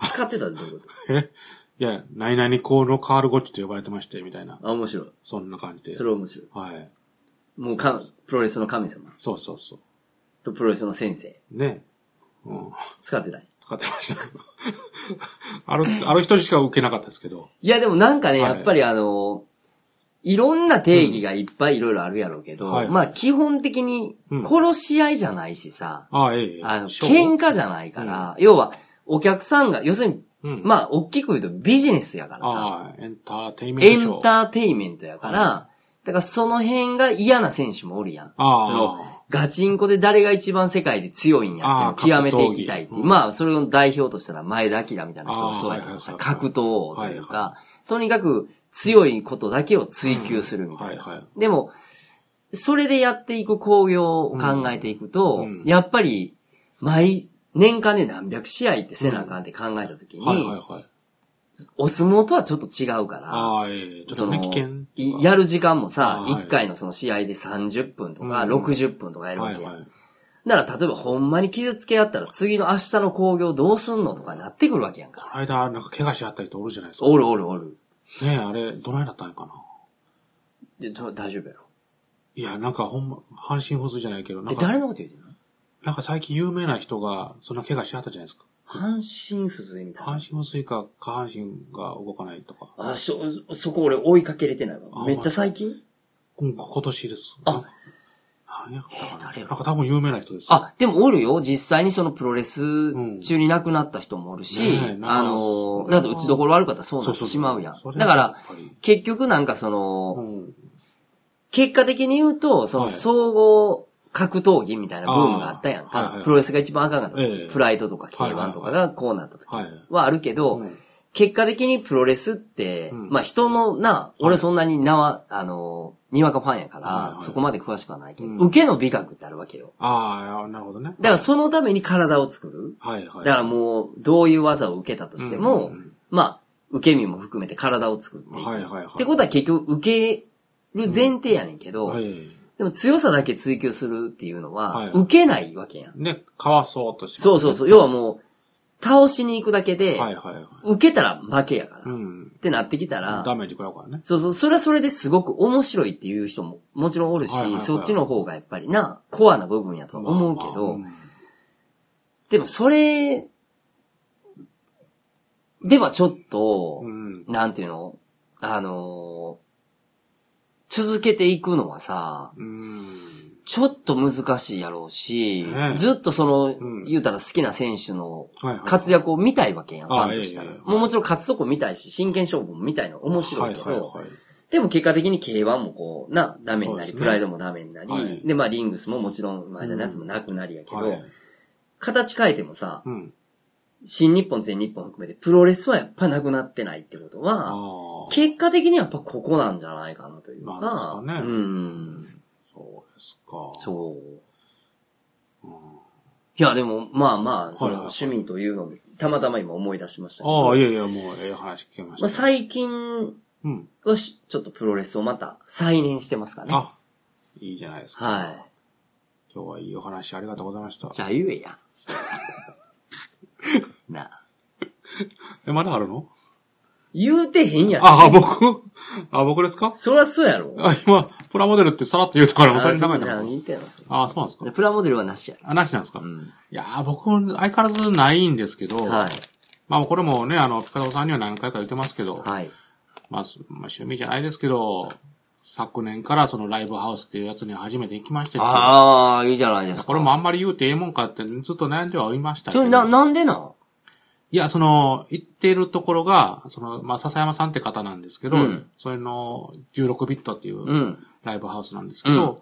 A: 使ってたってどういうこ
B: いや、何々校のカール・ゴッチと呼ばれてまして、みたいな。
A: とあ、面白い。
B: そんな感じで。
A: それ面白い。
B: はい。
A: もうか、プロレスの神様
B: そうそうそ
A: とプロレスの先生。
B: う。ね。うん。
A: 使ってない。
B: 使ってましたけど。 あの、あの一人しか受けなかったですけど。
A: いや、でもなんかね、
B: はい
A: やっぱりあの、いろんな定義がいっぱいいろいろあるやろうけど、
B: はい
A: まあ基本的に
B: うん
A: 殺し合いじゃないしさ、
B: ああ、ええええ。
A: あの、
B: ショー
A: 喧嘩じゃないから、要はお客さんが、要するに、
B: うん
A: まあ大きく言うとビジネスやからさ、
B: ああ、エンターテイメン
A: エ
B: トショー。
A: ンターテイメントやから、だからその辺が嫌な選手もおるやん。
B: ああ
A: そのガチンコで誰が一番世界で強いんやっていうのを極
B: ああ
A: めていきたいっていう
B: 格闘技う
A: まあ、それの代表としたら前田明みたいな人がそうやけどさ、
B: ああはいはい
A: 格闘王というか、
B: は
A: とにかく強いことだけを追求するみたいな。
B: うんはいは
A: でも、それでやっていく工業を考えていくと、
B: うんうん
A: やっぱり、毎、年間で何百試合ってせなあかんって考えたときに、
B: はいはいはい。
A: お相撲とはちょっと違うから、
B: ああ、ええ、ちょっ
A: そ
B: と
A: の
B: ね、危険。
A: いやる時間もさ
B: あ、ーはい
A: 1回のその試合で30分とか
B: うんうん
A: 60分とかやるわ
B: はい
A: けや。
B: はい。
A: なら例えばほんまに傷つけあったら次の明日の興行どうすんのとかなってくるわけやんか。
B: この間、なんか怪我しあった人おるじゃないですか。
A: おるおるおる。
B: ねえ、あれ、どないだったんかな。
A: でど大丈夫やろ。
B: いや、なんかほんま、半身不随じゃないけど、な
A: え
B: ん、か、
A: 誰のこと言うてんの
B: なんか最近有名な人が、そんな怪我しあったじゃないですか。
A: 半身不随みたい
B: 半
A: な。
B: 身不随か、下半身が動かないとか。
A: あ、そ、そこ俺追いかけれてないわ。
B: あ
A: めっちゃ最近
B: うん、今年です。
A: あ、
B: なんやったかな。
A: え誰や
B: なんか多分有名な人です。
A: あ、でもおるよ。実際にそのプロレス中に亡くなった人もおるし、
B: うんねえな
A: あの、だって打ちどころ悪かったらそうなって
B: そうそうそう
A: しまうやん
B: そ。れ
A: だ
B: は
A: か
B: やっ
A: ら
B: ぱり、
A: 結局なんかその、
B: うん。
A: 結果的に言うと、そ
B: は
A: の
B: い
A: 総合格闘技みたいなブームがあったやん
B: あーはい
A: か
B: は。い
A: プロレスが一番あかんかった
B: ええ
A: 時。プライドとか K1 とかがこうなった時
B: はい。
A: はあるけど
B: うん、
A: 結果的にプロレスって、
B: ん
A: まあ人のな、俺そんなになわ、あの、にわかファンやか
B: はいは
A: ら、
B: い
A: そこまで詳しくはないけど、
B: うん
A: 受けの美学ってあるわけよ。
B: ああ、なるほどね。
A: だからそのために体を作る。
B: はいはい。
A: だからもう、どういう技を受けたとしても、
B: うんうんう
A: まあ、受け身も含めて体を作っていく。
B: はいはいはい。
A: ってことは結局受ける前提やねんけど、
B: はい。
A: でも強さだけ追求するっていうの
B: は
A: は、
B: い
A: 受けないわけやん。
B: ね、かわそうとして。
A: そうそうそう。要はもう、倒しに行くだけで、
B: はいはいはい。
A: 受けたら負けやから。
B: う
A: っ
B: ん。
A: てなってきたら、
B: ダメージ食らうからね。
A: そうそう、それはそれですごく面白いっていう人ももちろんおるし、
B: はいはいはい
A: そっちの方がやっぱりな、コアな部分やとは思うけど、
B: まあまあ
A: でもそれ、ではちょっと、
B: うんうん。
A: なんていうのあのー続けていくのはさ、
B: うん。
A: ちょっと難しいやろうし、
B: ねえ
A: ずっとその、
B: ん
A: 言うたら好きな選手の
B: はいはい
A: 活躍を見たいわけやん、フ
B: ああ
A: ァンとしたら。
B: いえいえ
A: もうもちろん勝つとこ見たいし、真剣勝負も見たいの面白いけど、
B: はいはいはい。
A: でも結果的に K1 もこう、な、ダメになり、
B: そうですね
A: プライドもダメになり、
B: はい
A: で、まあリングスももちろん前田のやつもなくなりやけど、
B: はい
A: 形変えてもさ、
B: うん。
A: 新日本、全日本含めてプロレスはやっぱなくなってないってこと
B: ああ
A: は、。結果的にはやっぱここなんじゃないかなというか、
B: なんですかね
A: うん。
B: そうですか。
A: そう。いや、でも、まあまあ、その
B: はいはいはい
A: 趣味というので、たまたま今思い出しましたけど、
B: ああ、いやいや、もう、ええ話聞けま
A: まあ、
B: した。
A: 最近
B: うん。
A: はし、ちょっとプロレスをまた再燃してますかね。は
B: あ、いいじゃないですか。
A: い。
B: 今日はいいお話ありがとうございました。
A: じゃあ言え や。なあ。
B: え、まだあるの
A: 言うてへんやん。
B: あ、あ僕あ、僕ですか
A: そらそうやろ。
B: あ、今、プラモデルってさらっと言うとからもうそれに
A: そ
B: 考え
A: ん
B: た
A: な
B: も
A: の
B: ん
A: 言ってんの
B: あ、そうなんですか
A: でプラモデルはなしや
B: あ、なしなんですか、
A: ん
B: いやー、僕、相変わらずないんですけど、
A: ろ。はい。
B: まあ、これもね、あの、ピカドさんには何回か言ってますけど、
A: はい。
B: まあ、すまあ、趣味じゃないですけど、昨年からそのライブハウスっていうやつに初めて行きましてて、
A: ああ、いいじゃないですか。
B: これもあんまり言うてええもんかってずっと悩んではいましたけ
A: そ
B: ど。
A: れな、なんでない
B: や、その、行ってるところが、その、まあ、笹山さんって方なんですけど、
A: うん。
B: それの16ビットっていううんライブハウスなんですけど、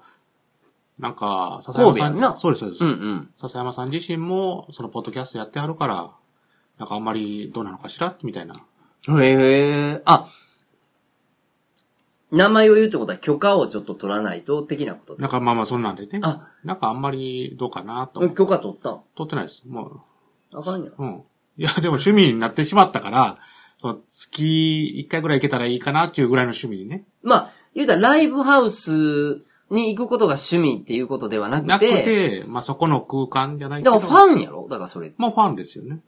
B: なんか、笹
A: 神戸
B: 山さ
A: や
B: ん、
A: んな
B: そうです、そうです。
A: うんうん。
B: 笹山さん自身も、そのポッドキャストやってはるから、なんかあんまりどうなのかしらみたいな。
A: へえ、あ、名前を言うってことは許可をちょっと取らないと、的なことで。
B: なんかまあまあそんなんでね。
A: あ、
B: なんかあんまりどうかなと
A: う
B: 思
A: ん
B: って。
A: 許可取った
B: 撮ってないです。も
A: あかんやん。
B: う、うん。いや、でも趣味になってしまったから、その月1回ぐらい行けたらいいかなっていうぐらいの趣味にね。
A: まあ、言うたらライブハウスに行くことが趣味っていうことではなくて、
B: なくて、まあそこの空間じゃないけ
A: で
B: ど。
A: もファンやろだからそれ。
B: もうファンですよね。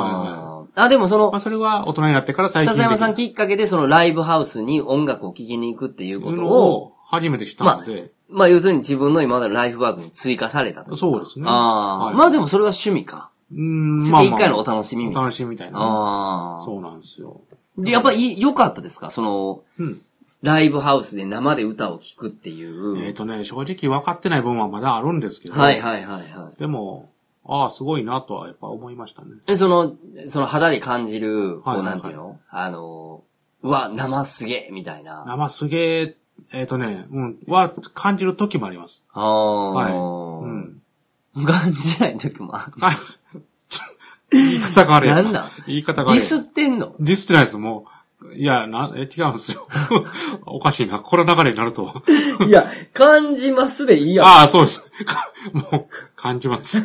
A: あーあ、でもその
B: まあ、それは大人になってから最近
A: 笹山さん
B: で
A: きっかけでそのライブハウスに音楽を聴きに行くっていう
B: き
A: こ
B: る
A: と
B: の
A: を、
B: を初めて知ったので、
A: まあ、要するに自分の今までのライフワークに追加されたというか
B: そうですね
A: ああ、
B: はい
A: まあでもそれは趣味か。
B: うん、
A: 月
B: まあ、
A: 1回のお楽しみみ
B: お
A: たいな。
B: 楽しみみたいな。
A: ああ
B: そうなんですよ。
A: でやっぱり良かったですかその、
B: うん。
A: ライブハウスで生で歌を聴くってい
B: えっ、
A: う。
B: とね、正直分かってない部分はまだあるんですけど、
A: はいはいはいはい。
B: でも、ああ、すごいなとはやっぱ思いましたね。
A: で、その、その肌で感じる、こ
B: はいうはい
A: な
B: はい
A: んていうのあの、うわ、生すげえ、みたいな。
B: 生すげえ、えっ、とね、うん、は感じる時もあります。
A: ああ、
B: はい。うん。
A: 感じない時もある。
B: あ、ちょ言い方があれや
A: なんなん
B: 言い方
A: デ
B: があ
A: ィ
B: れや
A: スってんの
B: ディスってないです、もう。いや、な、え、違うんで すよ。おかしいな。この流れになるとは。
A: いや、感じますでいいやん。
B: ああ、そうです。 かもう、感 じます。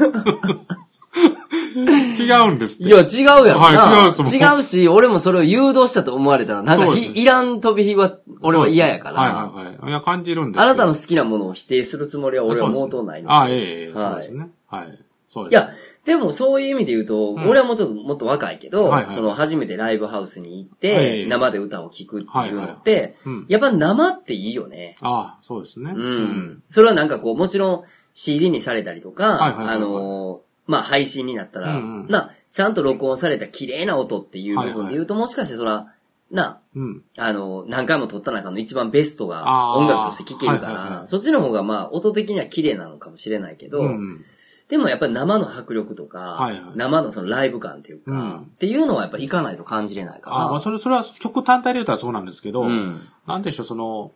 B: 違うんですっ
A: い
B: て。
A: や、違うやんな。
B: はい違うんですも
A: 違うし、俺もそれを誘導したと思われたら、なん
B: そ
A: か
B: うで
A: ひ
B: す
A: いらん飛び火は、俺は嫌やから、
B: はいはいはい。いや、感じるんです
A: あなたの
B: 好
A: 好きなものを否定するつもりは俺は毛頭ないの。
B: ああ、ええええ、
A: はい
B: そうですね。はい。そう
A: い
B: です。
A: や、でもそういう意味で言うと、俺はもうちょっともっと若いけど、
B: はいはい
A: その初めてライブハウスに行っ
B: は
A: て、
B: い
A: 生で歌を聴くっていうのって、
B: うん。
A: やっぱ生っていいよね。
B: ああ、そうですね。
A: うん。。それはなんかこう、もちろん CD にされたりとか、
B: はいはいはいはい
A: あのーまあ配信になったら、
B: うんうん
A: な、ちゃんと録音された綺麗な音っていう部分で言うと、もしかしてそら、な、
B: うん。
A: あのー、何回も撮った中の一番ベストが
B: あー
A: 音楽として聴けるから、
B: はいはいはい
A: そっちの方がまあ音的には綺麗なのかもしれないけど、
B: うん。
A: でもやっぱり生の迫力とか、
B: はいはい
A: 生のそのライブ感っていうか、
B: うん
A: っていうのはやっぱ行かないと感じれないから。
B: ああ、まあ、それ、それは曲単体で言うとはそうなんですけど、
A: うん。
B: なんでしょう、その、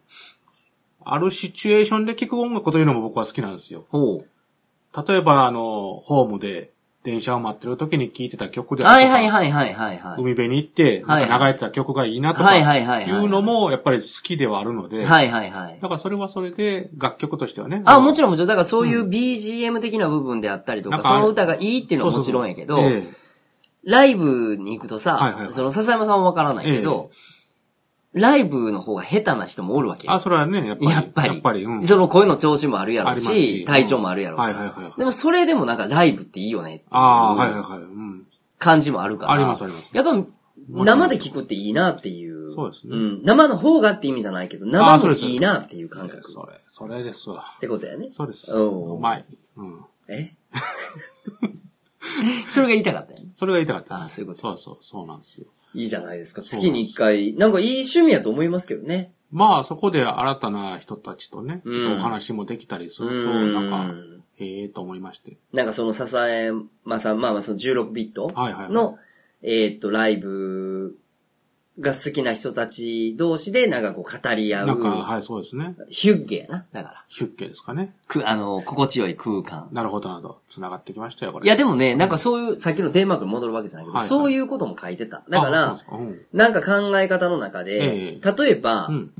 B: あるシチュエーションで聴く音楽というのも僕は好きなんですよ。
A: ほう。
B: 例えば、あの、ホームで電車を待ってる時に聴いてた曲である
A: はい
B: とか
A: はいはいはいはいはい。
B: 海辺に行って、
A: はい
B: なんか流れてた曲がいいなとか、
A: はいいはいはいはいう
B: のもやっぱり好きではあるので、
A: はいはいはい。
B: だからそれはそれで楽曲としてはね。
A: あ、もちろんもちろん。だからそういうう BGM だからそういう BGM 的な部分であったりと
B: な
A: か、
B: んかあ
A: そ
B: れ
A: の歌がいいっていうのは
B: そ
A: も
B: うそ
A: ち
B: う
A: ろ
B: そうん
A: やけど、
B: ええ
A: ライブに行くとさ、
B: はいはいはい
A: その笹山さんはわからないけど、ライブの方が下手な人もおるわけよ
B: あ、それはね、やっぱり。
A: やっぱり。
B: やっぱり、うん。
A: その声の調子もあるやろ
B: あ
A: う
B: り
A: し、
B: ますし
A: 体調もあるやろうし、
B: はいはいはいはい
A: でもそれでもなんかライブっていいよねって
B: ああ、はい
A: い
B: はいうはい。うん。
A: 感じもあるから。
B: ありますあります。
A: やっぱ生で聞くっていいなっていう。
B: そうですね
A: ん。生の方がって意味じゃないけど、生
B: あそ
A: も
B: うです
A: いいなっていう感覚。っ
B: それ、それですわ。
A: てことやね。
B: そうです。
A: おー
B: うまい。うん。
A: え それが言いたかったよね。
B: それが言いたかったです。
A: あそういうこと
B: そうそう、そうなんですよ。
A: いいじゃないですか。
B: そう
A: 月に一回。なんかいい趣味やと思いますけどね。
B: まあ、そこで新たな人たちとね、
A: うん
B: ちょっとお話もできたりすると、
A: うん
B: なんか、へえと思いまして。
A: なんかその笹山さん、まあまあその16ビット
B: はいはいはい
A: の、えーっと、ライブが好きな人たち同士でなんかこう語り合
B: なんか、
A: う。
B: はい、そうですね。
A: ヒュッゲやな。だから。
B: ヒュッケですかね。
A: く、あの、心地よい空間。
B: なるほどなど、繋がってきましたよ、これ。
A: いやでもね、なんかそういう、さっきのテーマークに戻るわけじゃないけど、
B: はいはい
A: そういうことも書いてた。
B: あ、
A: だから
B: そ、うなんです
A: なんか考え方の中で、
B: え
A: 例えば、
B: かうん。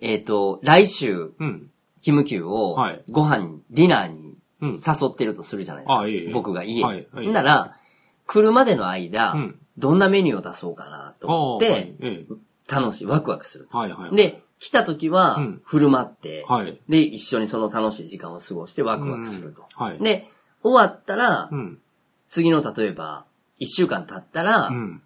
A: えっ、と、来週、
B: うん。うん。
A: キムキューを
B: はい、
A: ご飯に、ディナーに
B: うん
A: 誘ってるとするじゃないですか。
B: あいえいえ
A: 僕が家に。
B: はいはい
A: なら、来るまでの間、
B: うん
A: どんなメニューを出そうかなと思っ
B: ああ
A: て、
B: はいええ
A: 楽しい、ワクワクすると。
B: はいはい。、
A: で、来た時は
B: うん、
A: 振る舞って、
B: はい。
A: で、一緒にその楽しい時間を過ごしてワクワクすると。
B: うんはい。
A: で、終わったら、
B: うん。
A: 次の例えば、一週間経ったら、
B: うん。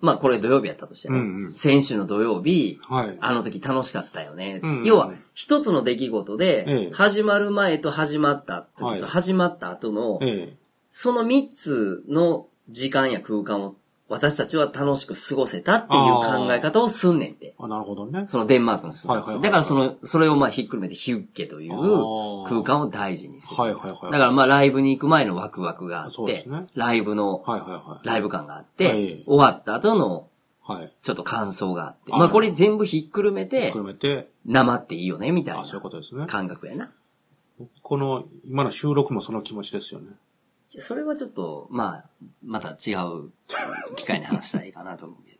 A: まあこれ土曜日やったとしてね、
B: うんうん
A: 先週の土曜日、
B: はい。
A: あの時楽しかったよね。
B: うんうん
A: 要は、一つの出来事
B: え
A: で
B: え、
A: 始まる前と始まった
B: は
A: 時
B: い
A: と始まった後の、
B: ええ。
A: その三つの時間や空間を私たちは楽しく過ごせたっていう考え方をすんねんって。
B: あ、なるほどね。
A: そのデンマークの人たち、
B: はいはいはい
A: だからその、それをまあひっくるめてヒュッケという
B: あー
A: 空間を大事にする。
B: はいはいはい。
A: だからまあライブに行く前のワクワクがあっ
B: そうで
A: て、
B: すね
A: ライブの、
B: はいはいは
A: ライブ感があって、
B: はい
A: 終わった後の
B: い。はい。
A: ちょっと感想があって、
B: あ
A: まあこれ全部ひっくるめて
B: 含、めて、
A: 生っていいよね、みたい
B: あ、
A: な
B: そういうことですね。
A: 感覚やな。
B: この、今の収録もその気持ちですよね。
A: それはちょっと、まあ、また違う機会に話したいかなと思うけ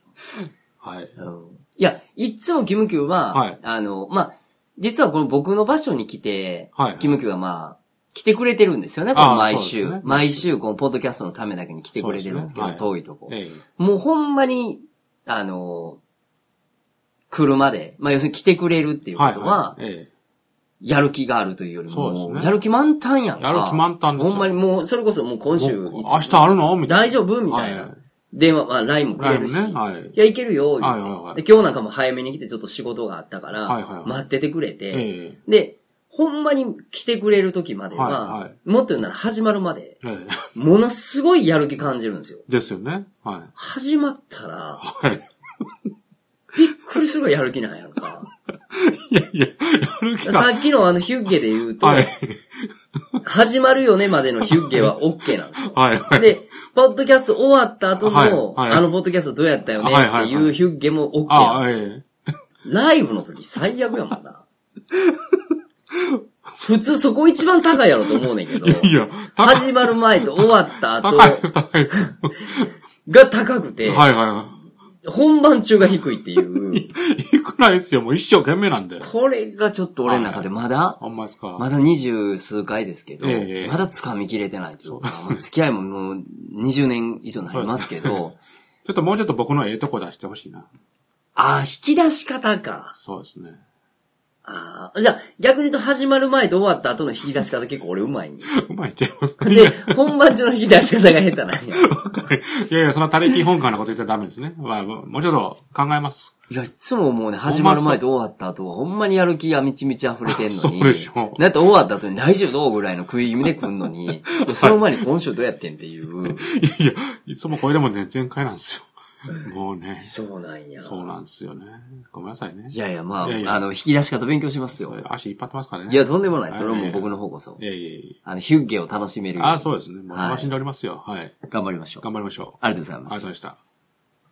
B: はい。
A: ど。うんいや、いつもキムキューは、
B: はい
A: あの、まあ、実はこの僕の場所に来て、
B: はいはい
A: キムキューがまあ、来てくれてるんですよね、この毎
B: あ
A: 週。
B: あそうですね
A: 毎週、このポッドキャストのためだけに来てくれてるんですけど、
B: そうですねは
A: 遠いとこ。
B: ええ。
A: もうほんまに、あの、車で、まあ要するに来てくれるっていうことは、
B: はい、はい。え
A: やる気があるというより
B: そうです
A: も、
B: ね
A: やる気満タンやんか。
B: やる気満タンですよ
A: ほんまにもう、それこそもう今
B: え。
A: 週、
B: もう
A: いつ
B: 明日あるのみたいな。
A: 大丈夫みたい
B: はい
A: な。電話、まあ、LINE もくれるし。
B: LINE もねはい
A: や、いけるよ、言うて
B: はいはいはい
A: で今日なんかも早めに来てちょっと仕事があったから、
B: はいはいはい
A: 待っててくれて、
B: ええ。
A: で、ほんまに来てくれる時までは、
B: はいはい
A: もっと言うなら始まるまで、
B: ええ。
A: ものすごいやる気感じるんですよ。
B: ですよね。は
A: 始まったら、
B: い。はい。
A: びっくりするがやる気なんやんか。
B: いやいや、やる気が。
A: さっきのあのヒュッゲで言うと、
B: はい。
A: 始まるよねまでのヒュッゲは OK なんですよ。
B: はい。はい。
A: で、ポッドキャスト終わった後の、
B: はいはい
A: あのポッドキャストどうやったよね
B: はいはいは
A: っ
B: い
A: ていうヒュッゲも OK
B: あ
A: なん
B: あ、
A: ですよ。
B: ええ。
A: ライブの時最悪やもんな。 普通そこ一番高いやろと思うねんけど、
B: いや、高い、
A: 始まる前と終わった後
B: 高い、高い。
A: が高くて、
B: はいはいは
A: 本番中が低いって いう、
B: い。いくらいですよ、もう一生懸命なんで。
A: これがちょっと俺の中でまだ、
B: あんまですか。
A: まだ二十数回ですけど、
B: ええ
A: まだ掴みきれてないというか、まあ付き合いももう20年以上になりますけど、
B: ちょっともうちょっと僕のええとこ出してほしいな。
A: ああ、引き出し方か。
B: そうですね。
A: ああ、じゃあ逆に言うと始まる前と終わった後の引き出し方結構俺うまいんや。
B: うまいって。いや、
A: で、本番中の引き出し方が下手なんや。
B: いやいや、その他力本願なこと言っちゃダメですね。まあ、もうちょっと考えます。
A: いや、いつももうね、始まる前と終わった後は、ほんまにやる気がみちみち溢れてんのに。
B: そうでしょう
A: だって終わった後に来週どうぐらいの食い気味で来んの に、いやその前に今週どうやってんっていう。
B: いやいや、いつもこれでもね、全開なんですよ。もうね、
A: そうなんや。
B: そうなんですよね。ごめんなさいね
A: い。やいや、まあ、
B: いやいや
A: あの、引き出し方勉強しますよ。
B: 足引っ張ってますからね。
A: いや、とんでもない。それはも
B: は
A: う
B: い
A: 僕の方こそ
B: い。やいやい
A: あの、ヒュッゲを楽しめるよ
B: や。あ
A: う
B: そうですね。もう楽しんでおりますよ。はい。
A: に頑張りましょう。
B: 頑張りましょう。
A: ありがとうござい
B: あり
A: ま
B: がとうご
A: す
B: ざい。ました。